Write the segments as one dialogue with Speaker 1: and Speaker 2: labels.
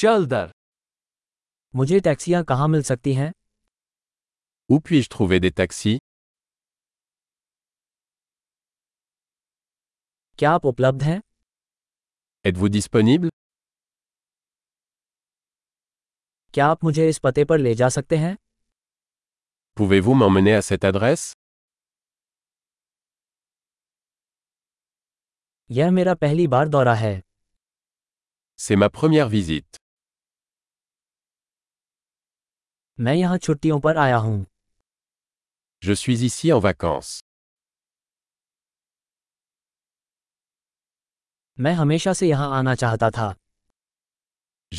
Speaker 1: चल दर
Speaker 2: मुझे टैक्सियाँ कहाँ मिल सकती हैं
Speaker 3: Où puis-je trouver des taxis
Speaker 2: क्या आप उपलब्ध हैं
Speaker 3: Êtes-vous disponible
Speaker 2: क्या आप मुझे इस पते पर ले जा सकते हैं
Speaker 3: Pouvez-vous m'emmener à cette adresse
Speaker 2: यह मेरा पहली बार दौरा है
Speaker 3: C'est ma première visite.
Speaker 2: मैं यहाँ छुट्टियों पर आया हूँ
Speaker 3: Je suis ici en vacances.
Speaker 2: मैं हमेशा से यहाँ आना चाहता था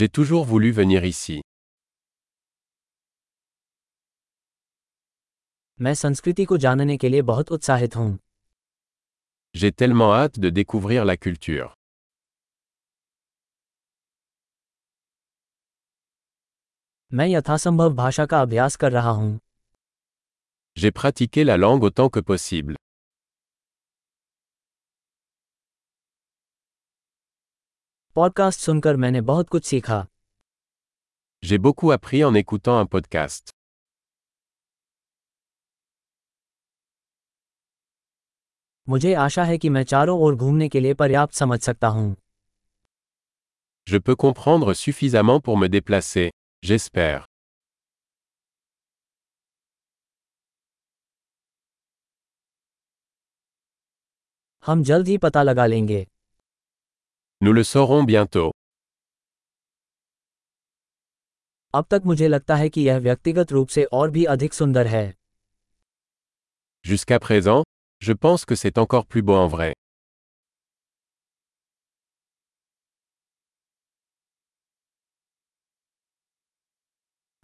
Speaker 3: J'ai toujours voulu venir ici.
Speaker 2: मैं संस्कृति को जानने के लिए बहुत उत्साहित हूँ
Speaker 3: J'ai tellement hâte de découvrir la culture.
Speaker 2: मैं यथासंभव भाषा का अभ्यास कर रहा हूँ
Speaker 3: J'ai pratiqué la langue autant que possible.
Speaker 2: Podcast सुनकर मैंने बहुत कुछ सीखा
Speaker 3: J'ai beaucoup appris en écoutant un podcast.
Speaker 2: मुझे आशा है कि मैं चारों ओर घूमने के लिए पर्याप्त समझ सकता हूँ
Speaker 3: Je peux comprendre suffisamment pour me déplacer. J'espère.
Speaker 2: हम जल्द ही पता लगा लेंगे
Speaker 3: Nous le saurons bientôt.
Speaker 2: अब तक मुझे लगता है कि यह व्यक्तिगत रूप से और भी अधिक सुंदर है
Speaker 3: Jusqu'à présent, je pense que c'est encore plus beau en vrai.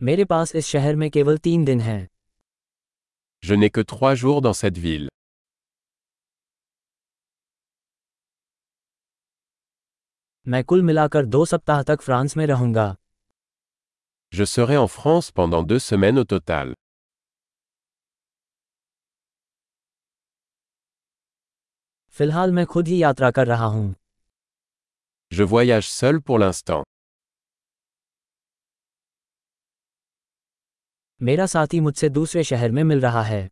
Speaker 2: मेरे पास इस शहर में केवल तीन दिन हैं
Speaker 3: Je n'ai que trois jours dans cette ville.
Speaker 2: मैं कुल मिलाकर दो सप्ताह तक फ्रांस में रहूंगा
Speaker 3: Je serai en France pendant deux semaines au total.
Speaker 2: फिलहाल मैं खुद ही यात्रा कर रहा हूँ
Speaker 3: Je voyage seul pour l'instant.
Speaker 2: मेरा साथी मुझसे दूसरे शहर में मिल रहा है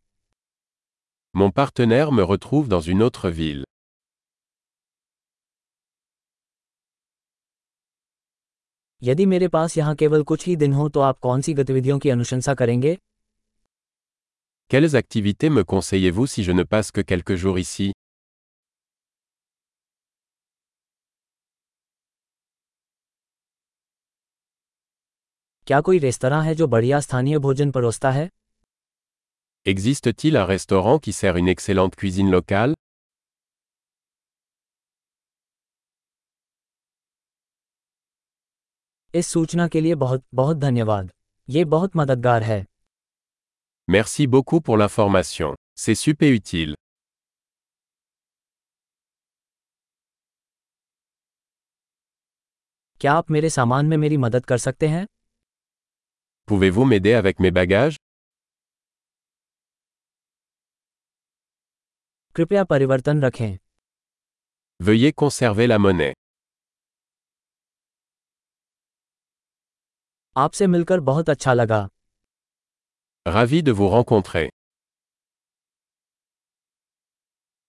Speaker 3: Mon partenaire me retrouve dans une autre ville.
Speaker 2: यदि मेरे पास यहाँ केवल कुछ ही दिन हो तो आप कौन सी गतिविधियों की अनुशंसा करेंगे
Speaker 3: Quelles activités me conseillez-vous si je ne passe que quelques jours ici
Speaker 2: क्या कोई रेस्तरा है जो बढ़िया स्थानीय भोजन परोसता है
Speaker 3: Existe-t-il un restaurant qui sert une excellente cuisine locale
Speaker 2: इस सूचना के लिए बहुत बहुत धन्यवाद ये बहुत मददगार है
Speaker 3: Merci beaucoup pour l'information. C'est super utile.
Speaker 2: क्या आप मेरे सामान में मेरी मदद कर सकते हैं
Speaker 3: Pouvez-vous m'aider avec mes bagages
Speaker 2: कृपया परिवर्तन रखें
Speaker 3: Veuillez conserver la monnaie.
Speaker 2: आपसे मिलकर बहुत अच्छा लगा
Speaker 3: Ravi de vous rencontrer.